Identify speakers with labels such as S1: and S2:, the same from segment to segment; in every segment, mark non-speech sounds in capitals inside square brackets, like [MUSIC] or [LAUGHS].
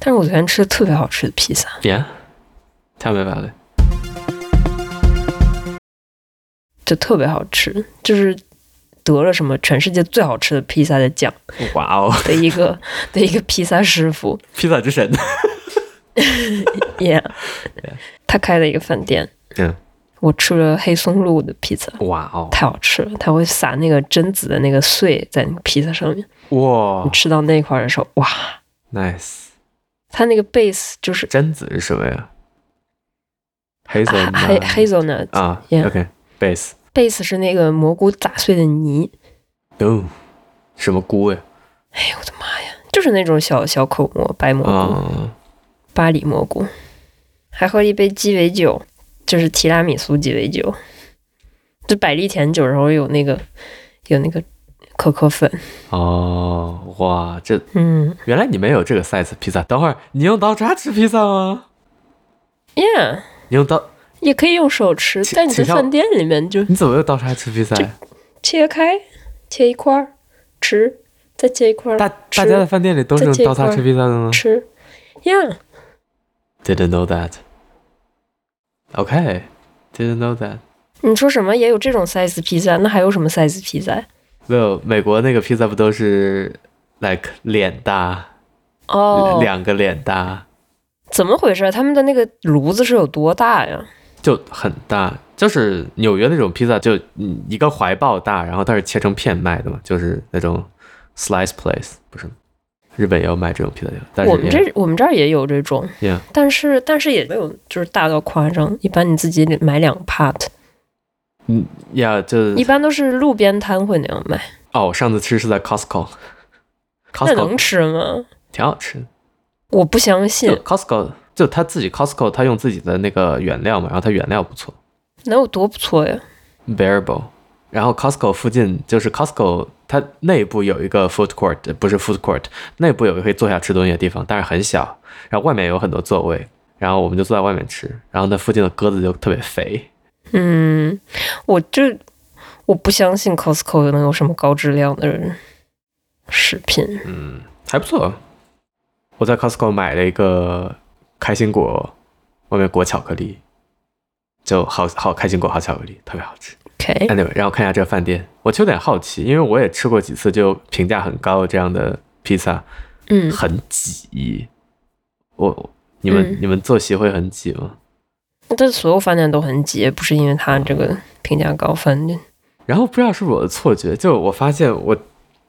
S1: 但是我昨天吃的特别好吃的披萨，
S2: Yeah. Tell me about it.
S1: 就特别好吃，就是得了什么全世界最好吃的披萨的奖
S2: 哇哦，
S1: 的一
S2: [LAUGHS]
S1: 个的一个披萨师傅
S2: 披萨之神。
S1: ，Yeah，他开了一个饭店，
S2: 嗯，
S1: 我吃了黑松露的披萨，
S2: 哇哦，
S1: 太好吃了，他会撒那个榛子的那个碎在那个披萨上面，
S2: 哇
S1: 你吃到那块儿的时候，哇，
S2: ，nice。
S1: 它那个 base 就是
S2: 榛子是什么呀？黑色
S1: 黑啊黑黑 n u t
S2: 啊
S1: Yeah
S2: ，OK base。
S1: base 是那个蘑菇打碎的泥，
S2: 哦，什么菇呀？
S1: 哎呦我的妈呀，就是那种小小口蘑白蘑菇。
S2: 啊，
S1: 巴黎蘑菇，还喝了一杯鸡尾酒，就是提拉米苏鸡尾酒，就百利甜酒，然后有那个有那个可可粉，
S2: 哦，哇，这
S1: 嗯
S2: 原来你们有这个 size 披萨。等会儿你用刀叉吃披萨吗？
S1: ，yeah，
S2: 你用刀，
S1: 也可以用手吃，
S2: 切
S1: 但你在
S2: 切上
S1: 饭店里面就
S2: 你怎么用刀叉吃披萨呀？
S1: 切开，切一块儿吃，再切一块
S2: 大
S1: 儿
S2: 大家在饭店里都是用
S1: 再切一
S2: 刀叉
S1: 块儿
S2: 吃披萨的吗
S1: 吃，yeah，
S2: ？Didn't know that. OK, didn't know that.
S1: 你说什么也有这种 size 披萨，那还有什么 size 披萨？
S2: 没有，美国那个披萨不都是 like 脸大，
S1: 哦，
S2: 两个脸大，
S1: 怎么回事？啊他们的那个炉子是有多大呀？
S2: 就很大。就是纽约那种披萨，就嗯一个怀抱大，然后它是切成片卖的嘛，就是那种 slice place，不是吗？日本也有卖这种披萨店，但是
S1: 我们
S2: 也
S1: 哦这我们这儿也有这种
S2: Yeah
S1: 但是但是也没有就是大到夸张。一般你自己买两 part，
S2: 嗯呀，就
S1: 一般都是路边摊会那样卖。
S2: 哦，我上次吃是在 Costco，Costco
S1: [LAUGHS] 那能吃吗？
S2: 挺好吃的，
S1: 我不相信
S2: 就，Costco 就他自己 Costco 他用自己的那个原料嘛，然后他原料不错，
S1: 能有多不错呀？
S2: Bearable。然后 Costco 附近就是 Costco，它内部有一个 food court，呃不是 food court，内部有一个可以坐下吃东西的地方，但是很小。然后外面有很多座位，然后我们就坐在外面吃。然后那附近的鸽子就特别肥，
S1: 嗯，我这我不相信 Costco 能有什么高质量的食品。
S2: 嗯，还不错。我在 Costco 买了一个开心果，外面裹巧克力，就好好开心果好巧克力，特别好吃。
S1: OK，
S2: Anyway，让我看一下这个饭店，我就有点好奇，因为我也吃过几次就评价很高的这样的披萨，
S1: 嗯，
S2: 很挤。我你们、
S1: 嗯
S2: 你们作息会很挤吗？
S1: 这所有饭店都很挤，不是因为它这个评价高，饭店
S2: 然后不知道是不是我的错觉，就我发现我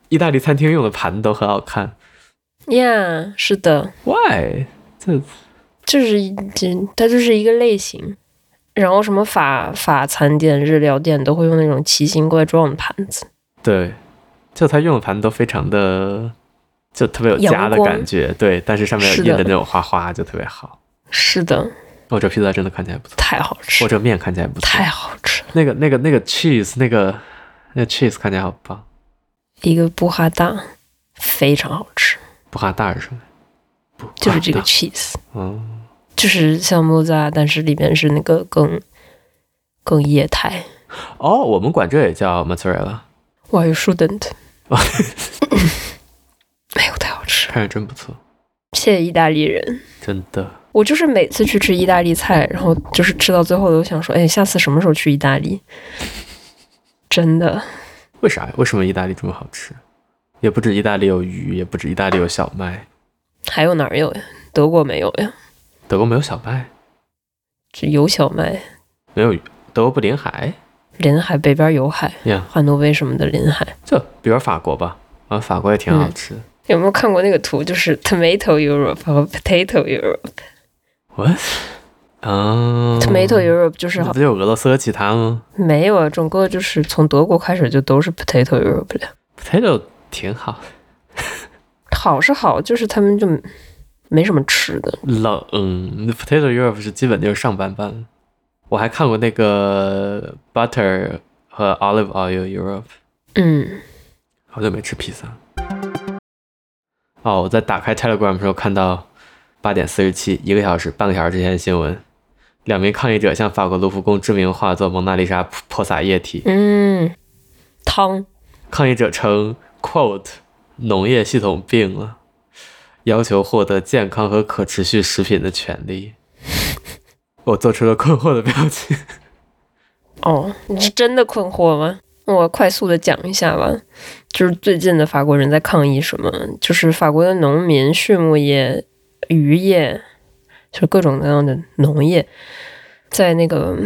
S2: 意大利餐厅用的盘子都很好看
S1: Yeah，是的。
S2: ，why？这
S1: 就是一这，它就是一个类型。然后什么法法餐店、日料店都会用那种奇形怪状的盘子，
S2: 对，就他用的盘子都非常的，就特别有家
S1: 阳
S2: 的
S1: 光
S2: 感觉，对，但是上面
S1: 是
S2: 印
S1: 的
S2: 的那种花花就特别好。
S1: 是的，
S2: 哦，这披萨真的看起来不错，
S1: 太好
S2: 哦，
S1: 吃，
S2: 这面看起来不错，
S1: 太好吃了。
S2: 那个那个那个 cheese 那个那个 cheese 看起来好棒，
S1: 一个布哈大非常好吃，
S2: 布哈大是什么？布
S1: 就是这个
S2: 哈
S1: cheese，
S2: 达，嗯。
S1: 就是像莫扎，但是里面是那个更更液态。
S2: 哦，我们管这也叫 mozzarella， [LAUGHS]
S1: 哇，you shouldn't，哎呦，太好吃了，
S2: 看着真不错，
S1: 谢谢意大利人。
S2: 真的。
S1: 我就是每次去吃意大利菜，然后就是吃到最后都想说，哎，下次什么时候去意大利？真的，
S2: 为啥呀？为什么意大利这么好吃？也不止意大利有鱼，也不止意大利有小麦，
S1: 还有哪儿有呀？德国没有呀，
S2: 德国没有小麦，
S1: 只有小麦，
S2: 没有鱼，德国不临海
S1: 临海北边有海，
S2: 呀。
S1: 汉诺威什么的临海。
S2: 就比如法国吧，啊，法国
S1: 嗯
S2: 也挺好吃的。
S1: 有没有看过那个图？就是 tomato Europe 和 potato Europe。
S2: What？啊
S1: tomato Europe 就是
S2: 那不就有俄罗斯和其他吗
S1: 没有啊，整个就是从德国开始就都是 potato Europe 了。
S2: ？Potato 挺好，
S1: 好是好，就是他们就没什么吃的。
S2: 冷。嗯 Potato Europe 是基本就是上班班。我还看过那个 Butter 和 Olive Oil Europe。
S1: 嗯，
S2: 好久没吃披萨。哦，我在打开 Telegram 的时候看到八点四十七，一个小时、半个小时之前的新闻，两名抗议者向法国卢浮宫知名画作《蒙娜丽莎》泼泼洒液体。
S1: 嗯，汤
S2: 抗议者称 “quote 农业系统病了”，要求获得健康和可持续食品的权利。我做出了困惑的表情。
S1: 哦，你是真的困惑吗？我快速的讲一下吧，就是最近的法国人在抗议什么？就是法国的农民、畜牧业、渔业，就是各种各样的农业，在那个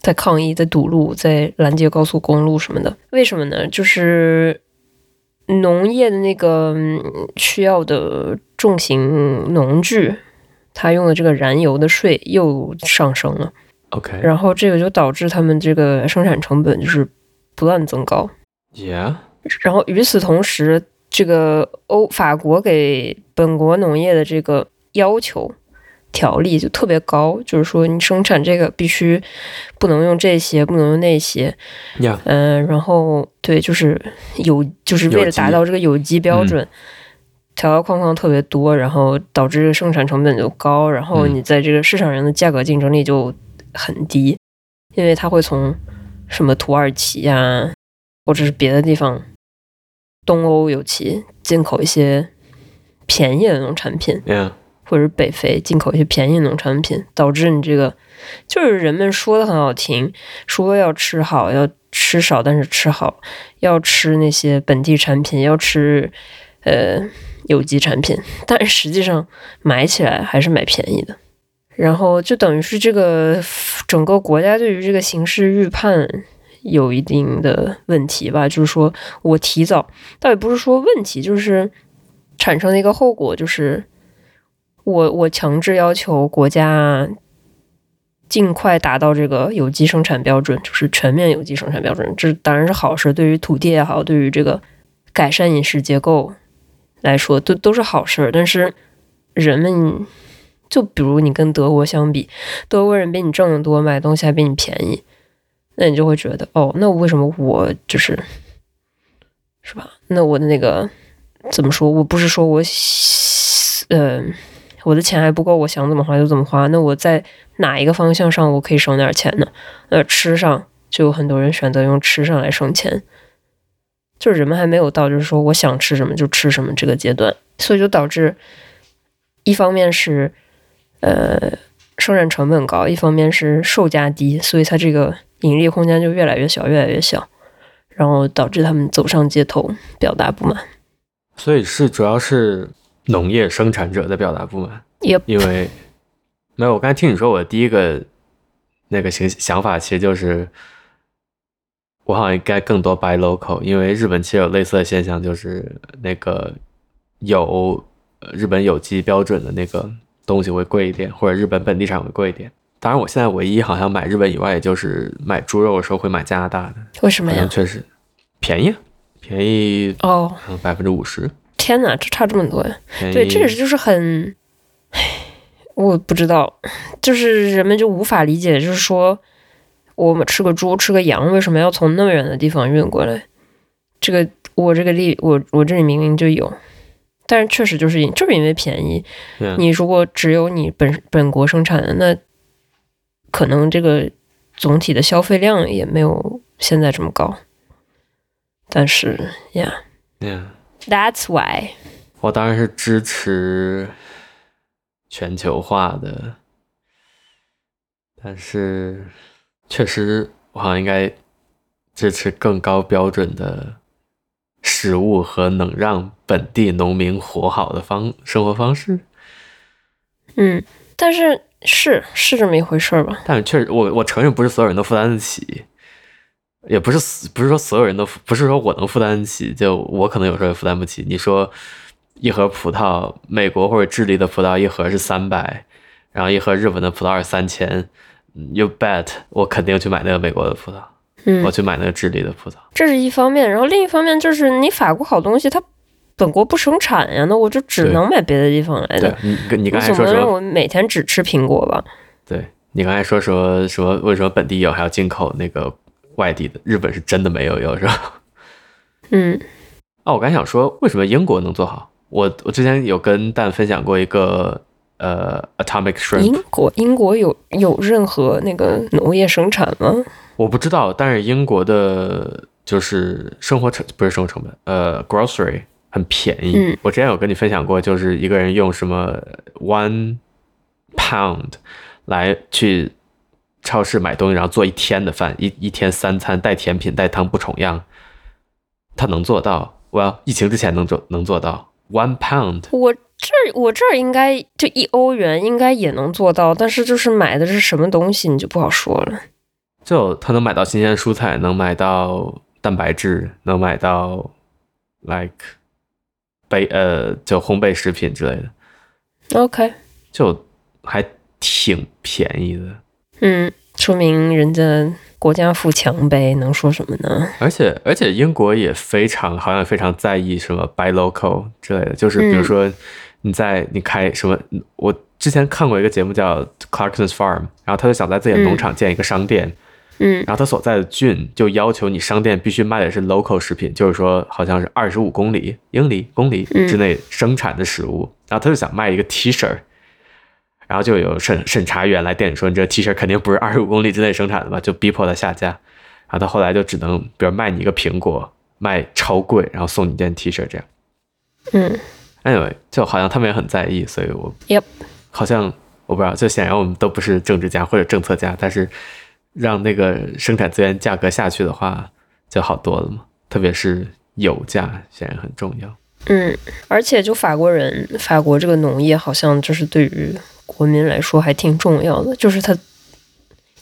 S1: 在抗议、在堵路、在拦截高速公路什么的。为什么呢？就是农业的那个嗯需要的重型农具，它用的这个燃油的税又上升了。
S2: OK，Yeah，、
S1: 然后这个就导致他们这个生产成本就是不断增高。然后与此同时，这个欧法国给本国农业的这个要求条例就特别高，就是说你生产这个必须不能用这些，不能用那些，
S2: yeah.
S1: 嗯、然后对，就是有就是为
S2: 有
S1: 了
S2: 机嗯
S1: 达到这个有机标准，条条框框特别多，然后导致这个生产成本就高，然后
S2: 嗯
S1: 你在这个市场上的价格竞争力就很低，因为它会从什么土耳其呀、或者是别的地方，东欧尤其进口一些便宜的农产品，
S2: Yeah，
S1: 或者是北非进口一些便宜农产品，导致你这个就是人们说的很好听，说要吃好，要吃少，但是吃好，要吃那些本地产品，要吃呃有机产品，但是实际上买起来还是买便宜的。然后就等于是这个整个国家对于这个形势预判有一定的问题吧，就是说我提早，倒也不是说问题，就是产生的一个后果就是我我强制要求国家尽快达到这个有机生产标准，就是全面有机生产标准。这当然是好事，对于土地也好，对于这个改善饮食结构来说，都都是好事儿。但是人们，就比如你跟德国相比，德国人比你挣得多，买东西还比你便宜，那你就会觉得哦，那为什么我就是是吧？那我的那个怎么说？我不是说我嗯。呃我的钱还不够，我想怎么花就怎么花。那我在哪一个方向上我可以省点钱呢？呃，吃上就有很多人选择用吃上来省钱，就是人们还没有到就是说我想吃什么就吃什么这个阶段，所以就导致一方面是呃生产成本高，一方面是售价低，所以它这个盈利空间就越来越小，越来越小，然后导致他们走上街头表达不满。
S2: 所以是主要是农业生产者的表达不满，
S1: 也
S2: 因为没有，我刚才听你说，我第一个那个想想法其实就是，我好像应该更多 buy local，因为日本其实有类似的现象，就是那个有呃日本有机标准的那个东西会贵一点，或者日本本地产会贵一点。当然，我现在唯一好像买日本以外，也就是买猪肉的时候会买加拿大的，
S1: 为什么
S2: 好像
S1: 呀？
S2: 确实便宜啊，便宜
S1: 哦，
S2: 百分之五十。
S1: 天哪，这差这么多呀！
S2: 便宜
S1: 对，这个就是很，唉我不知道，就是人们就无法理解，就是说我们吃个猪、吃个羊，为什么要从那么远的地方运过来？这个我这个例，我我这里明明就有，但是确实就是因就是因为便宜，
S2: 嗯
S1: 你如果只有你本本国生产的，那可能这个总体的消费量也没有现在这么高。但是呀、
S2: 嗯
S1: t h a t s why，
S2: 我当然是支持全球化的，但是确实我好像应该支持更高标准的食物和能让本地农民活好的方生活方式。
S1: 嗯，但是是是这么一回事儿吧？
S2: 但是确实，我我承认不是所有人都负担得起，也不是死不是说所有人都负不是说我能负担得起，就我可能有时候也负担不起。你说一盒葡萄，美国或者智利的葡萄一盒是三百，然后一盒日本的葡萄是三千，You bet，我肯定去买那个美国的葡萄，我
S1: 嗯，
S2: 去买那个智利的葡萄。
S1: 这是一方面，然后另一方面就是你法国好东西它本国不生产呀，那我就只
S2: 对
S1: 能买别的地方来
S2: 对
S1: 的。
S2: 你，你刚
S1: 你
S2: 才
S1: 总不
S2: 说
S1: 能
S2: 什
S1: 让
S2: 么？
S1: 我每天只吃苹果吧？
S2: 对你刚才说什么什么？为什么本地有还要进口那个外地的？日本是真的没有有是吧？
S1: 嗯
S2: 啊，我刚想说，为什么英国能做好？我我之前有跟蛋分享过一个呃 Atomic
S1: 英
S2: Shrimp，
S1: 国英国有有任何那个农业生产吗？
S2: 我不知道，但是英国的就是生活成不是生活成本，呃 grocery 很便宜。
S1: 嗯
S2: 我之前有跟你分享过，就是一个人用什么 one pound 来去超市买东西，然后做一天的饭，一一天三餐带甜品带汤不重样，他能做到。well，疫情之前能做能做到 one pound
S1: 我这我这儿应该就一欧元应该也能做到，但是就是买的是什么东西你就不好说了。
S2: 就他能买到新鲜蔬菜，能买到蛋白质，能买到 like 焙呃就烘焙食品之类的，
S1: OK，
S2: 就还挺便宜的。
S1: 嗯，说明人家国家富强呗，能说什么呢？
S2: 而且而且英国也非常好像非常在意什么 buy local 之类的，就是比如
S1: 嗯
S2: 说你在你开什么，我之前看过一个节目叫 Clarksons Farm，然后他就想在自己的农场建一个商店，
S1: 嗯
S2: 然后他所在的郡就要求你商店必须卖的是 local 食品，就是说好像是二十五公里、英里、公里
S1: 嗯
S2: 之内生产的食物。然后他就想卖一个 T 恤，然后就有审审查员来店里说：“你这个 T 恤肯定不是二十五公里之内生产的吧？”就逼迫他下架。然后他后来就只能，比如卖你一个苹果，卖超贵，然后送你一件 T 恤这样。
S1: 嗯
S2: Anyway，就好像他们也很在意，所以我
S1: Yep
S2: 好像我不知道，就显然我们都不是政治家或者政策家，但是让那个生产资源价格下去的话，就好多了嘛。特别是油价显然很重要。
S1: 嗯，而且就法国人，法国这个农业好像就是对于国民来说还挺重要的，就是他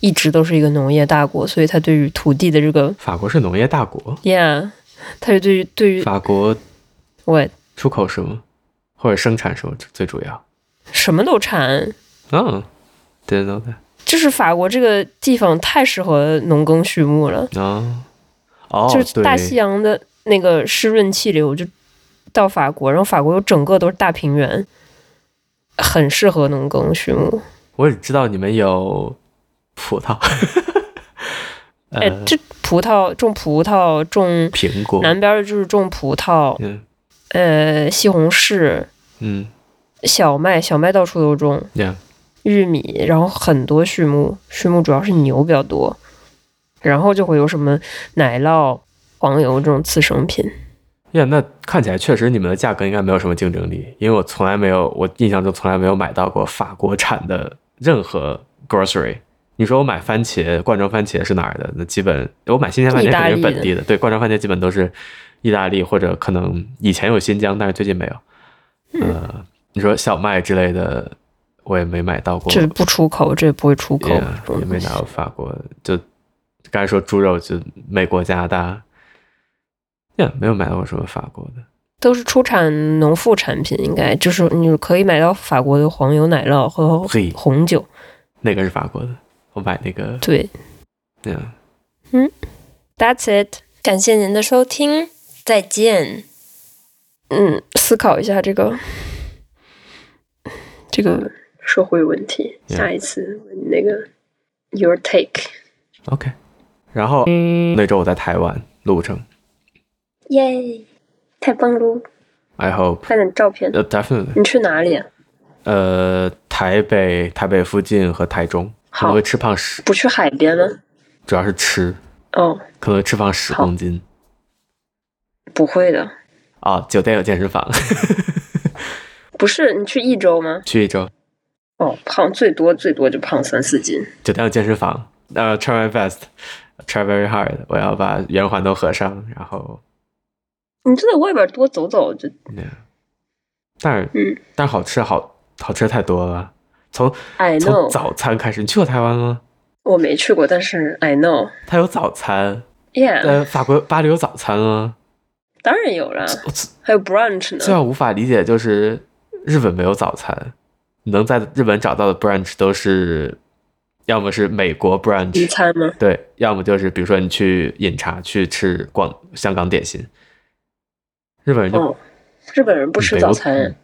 S1: 一直都是一个农业大国，所以他对于土地的这个
S2: 法国是农业大国，
S1: ，yeah，他就对于对于
S2: 法国
S1: 我
S2: 出口什么或者生产什么最主要？
S1: 什么都产，
S2: 嗯、d i d n t know that。
S1: 就是法国这个地方太适合农耕畜牧了，
S2: 哦，哦，
S1: 就是大西
S2: 洋
S1: 洋的那个湿润气流就到法国，然后法国又整个都是大平原，很适合农耕畜牧。
S2: 我只知道你们有葡萄，呃
S1: 哎、，这葡萄种葡萄种
S2: 苹果，
S1: 南边儿就是种葡萄，
S2: 嗯
S1: 呃，西红柿、
S2: 嗯，
S1: 小麦，小麦到处都种，
S2: 这样。
S1: 玉米，然后很多畜牧，畜牧主要是牛比较多，然后就会有什么奶酪、黄油这种次生品。
S2: 呀那看起来确实你们的价格应该没有什么竞争力，因为我从来没有，我印象中从来没有买到过法国产的任何 grocery。你说我买番茄，罐装番茄是哪儿的？那基本我买新鲜番茄
S1: 意大
S2: 肯
S1: 利
S2: 定是
S1: 的
S2: 本地的，对，罐装番茄基本都是意大利或者可能以前有新疆，但是最近没有。
S1: 嗯
S2: 呃，你说小麦之类的，我也没买到过，
S1: 这不出口，这也不会出口。
S2: 也
S1: 这种
S2: 也没
S1: 东西
S2: 拿到法国。就刚才说猪肉，就美国、加拿大，呀，没有买到过什么法国的。
S1: 都是出产农副产品，应该就是你可以买到法国的黄油、奶酪和
S2: 嘿
S1: 红酒。
S2: 那个是法国的，我买那个，
S1: 对
S2: 嗯，
S1: ，That's it，感谢您的收听，再见。嗯，思考一下这个这个社会问题，
S2: Yeah
S1: 下一次问那个 your take，
S2: OK。然后那周我在台湾路程
S1: 耶，太棒喽！
S2: ，I hope，
S1: 拍点照片。
S2: 呃、definitely，
S1: 你去哪里啊？
S2: 呃，台北、台北附近和台中可能
S1: 好
S2: 会吃胖十，
S1: 不去海边吗？
S2: 主要是吃，
S1: 哦，
S2: 可能会吃胖十
S1: 好
S2: 公斤
S1: 不会的，
S2: 啊。酒店有健身房， [LAUGHS]
S1: 不是你去益州吗？
S2: 去一周，
S1: 哦，胖最多最多就胖三四斤。
S2: 酒店有健身房，呃、t r y my [LAUGHS] best，try very hard，我要把圆环都合上，然后，
S1: 你就在外边多走走，就
S2: 嗯，但是、
S1: 嗯
S2: 但是好吃好好吃太多了，从
S1: I
S2: 从
S1: know，
S2: 早餐开始，你去过台湾吗？
S1: 我没去过，但是 I know，yeah，、
S2: 它有早餐，呃，法国巴黎有早餐啊。
S1: 当然有了，
S2: 我最
S1: 还有 brunch
S2: 最
S1: 呢。
S2: 让我无法理解就是日本没有早餐，你能在日本找到的 brunch 都是要么是美国
S1: 午
S2: brunch，
S1: 餐吗？
S2: 对，要么就是比如说你去饮茶去吃广香港点心，日本人就
S1: 哦，日本人不吃
S2: 美
S1: 早
S2: 国
S1: 餐，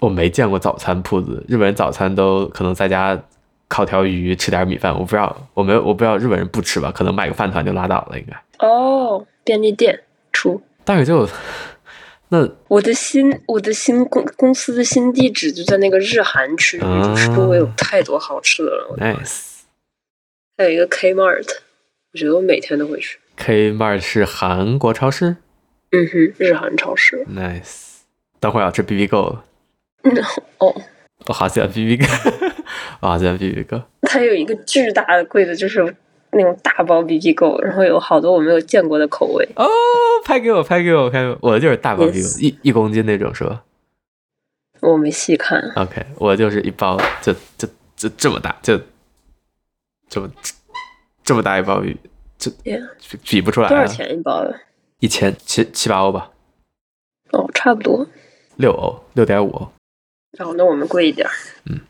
S2: 我没见过早餐铺子，日本人早餐都可能在家烤条鱼吃点米饭，我不知道，我没有我不知道日本人不吃吧，可能买个饭团就拉倒了应该，
S1: 哦，便利店出。
S2: 但是就 [LAUGHS] 那
S1: 我的新我的新公公司的新地址就在那个日韩区，
S2: 啊
S1: 就是周围有太多好吃的了。
S2: nice。
S1: 还有一个 Kmart，我觉得我每天都会去。
S2: Kmart 是韩国超市
S1: 嗯哼，日韩超市。
S2: Nice，等会儿要啊吃 B B 购了，
S1: 哦，
S2: 我好喜欢 B [LAUGHS] B 购，我好喜欢 B B 购。
S1: 它有一个巨大的柜子，就是那种大包 BB 购，然后有好多我没有见过的口味。
S2: 哦，拍给我，拍给我，拍给我，我就是大包 B B，
S1: Yes
S2: 一一公斤那种是吧
S1: 我没细看，
S2: ？OK，我就是一包，就就就这么大，就这么这么大一包 B，这
S1: Yeah
S2: 比比不出来
S1: 哎多少
S2: 了，
S1: 钱一包的？
S2: 一千七七八欧吧，
S1: 哦，差不多。
S2: 六欧，六点五欧。
S1: 哦，那我们贵一点。
S2: 嗯，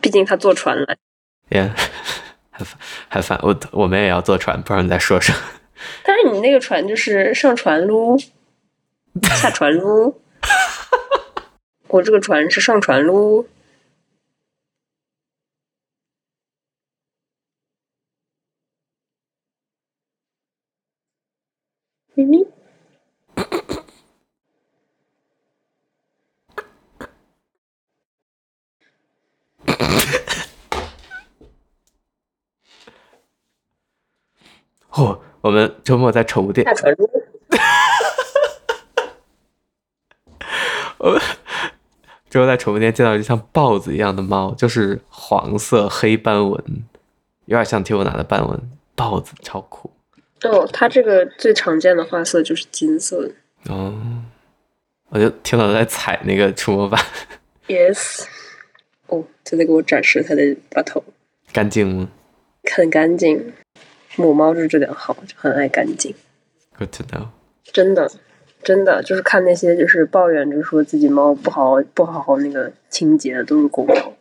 S1: 毕竟他坐船来。
S2: 也 [LAUGHS] 很烦，很烦。我我们也要坐船，不知道你在说什么。
S1: 但是你那个船就是上船撸，下船撸。我这个船是上船撸，咪咪，
S2: 哦，我们周末在宠物店
S1: 下，船撸，
S2: 周末在宠物店见到一只像豹子一样的猫，就是黄色黑斑纹，有点像提我拿的斑纹，豹子超酷。
S1: 哦，它这个最常见的花色就是金色的。
S2: 哦，我就听到它在踩那个触摸板，
S1: Yes，哦，它在给我展示它的把头，
S2: 干净吗
S1: 很干净。母猫就是这点好，就很爱干净。
S2: ？Good to know。
S1: 真的，真的就是看那些就是抱怨着说自己猫不好不好好那个清洁的都是公猫。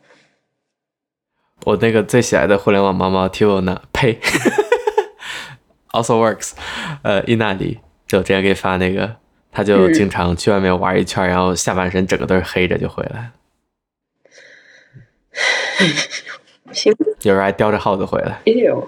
S2: 我那个最喜爱的互联网猫猫 Tivona，呸，Also Works，呃，伊纳里，就之前给你发那个，他就
S1: 嗯
S2: 经常去外面玩一圈，然后下半身整个都是黑着就回来，
S1: 行，
S2: 有时候还叼着耗子回来。
S1: 也有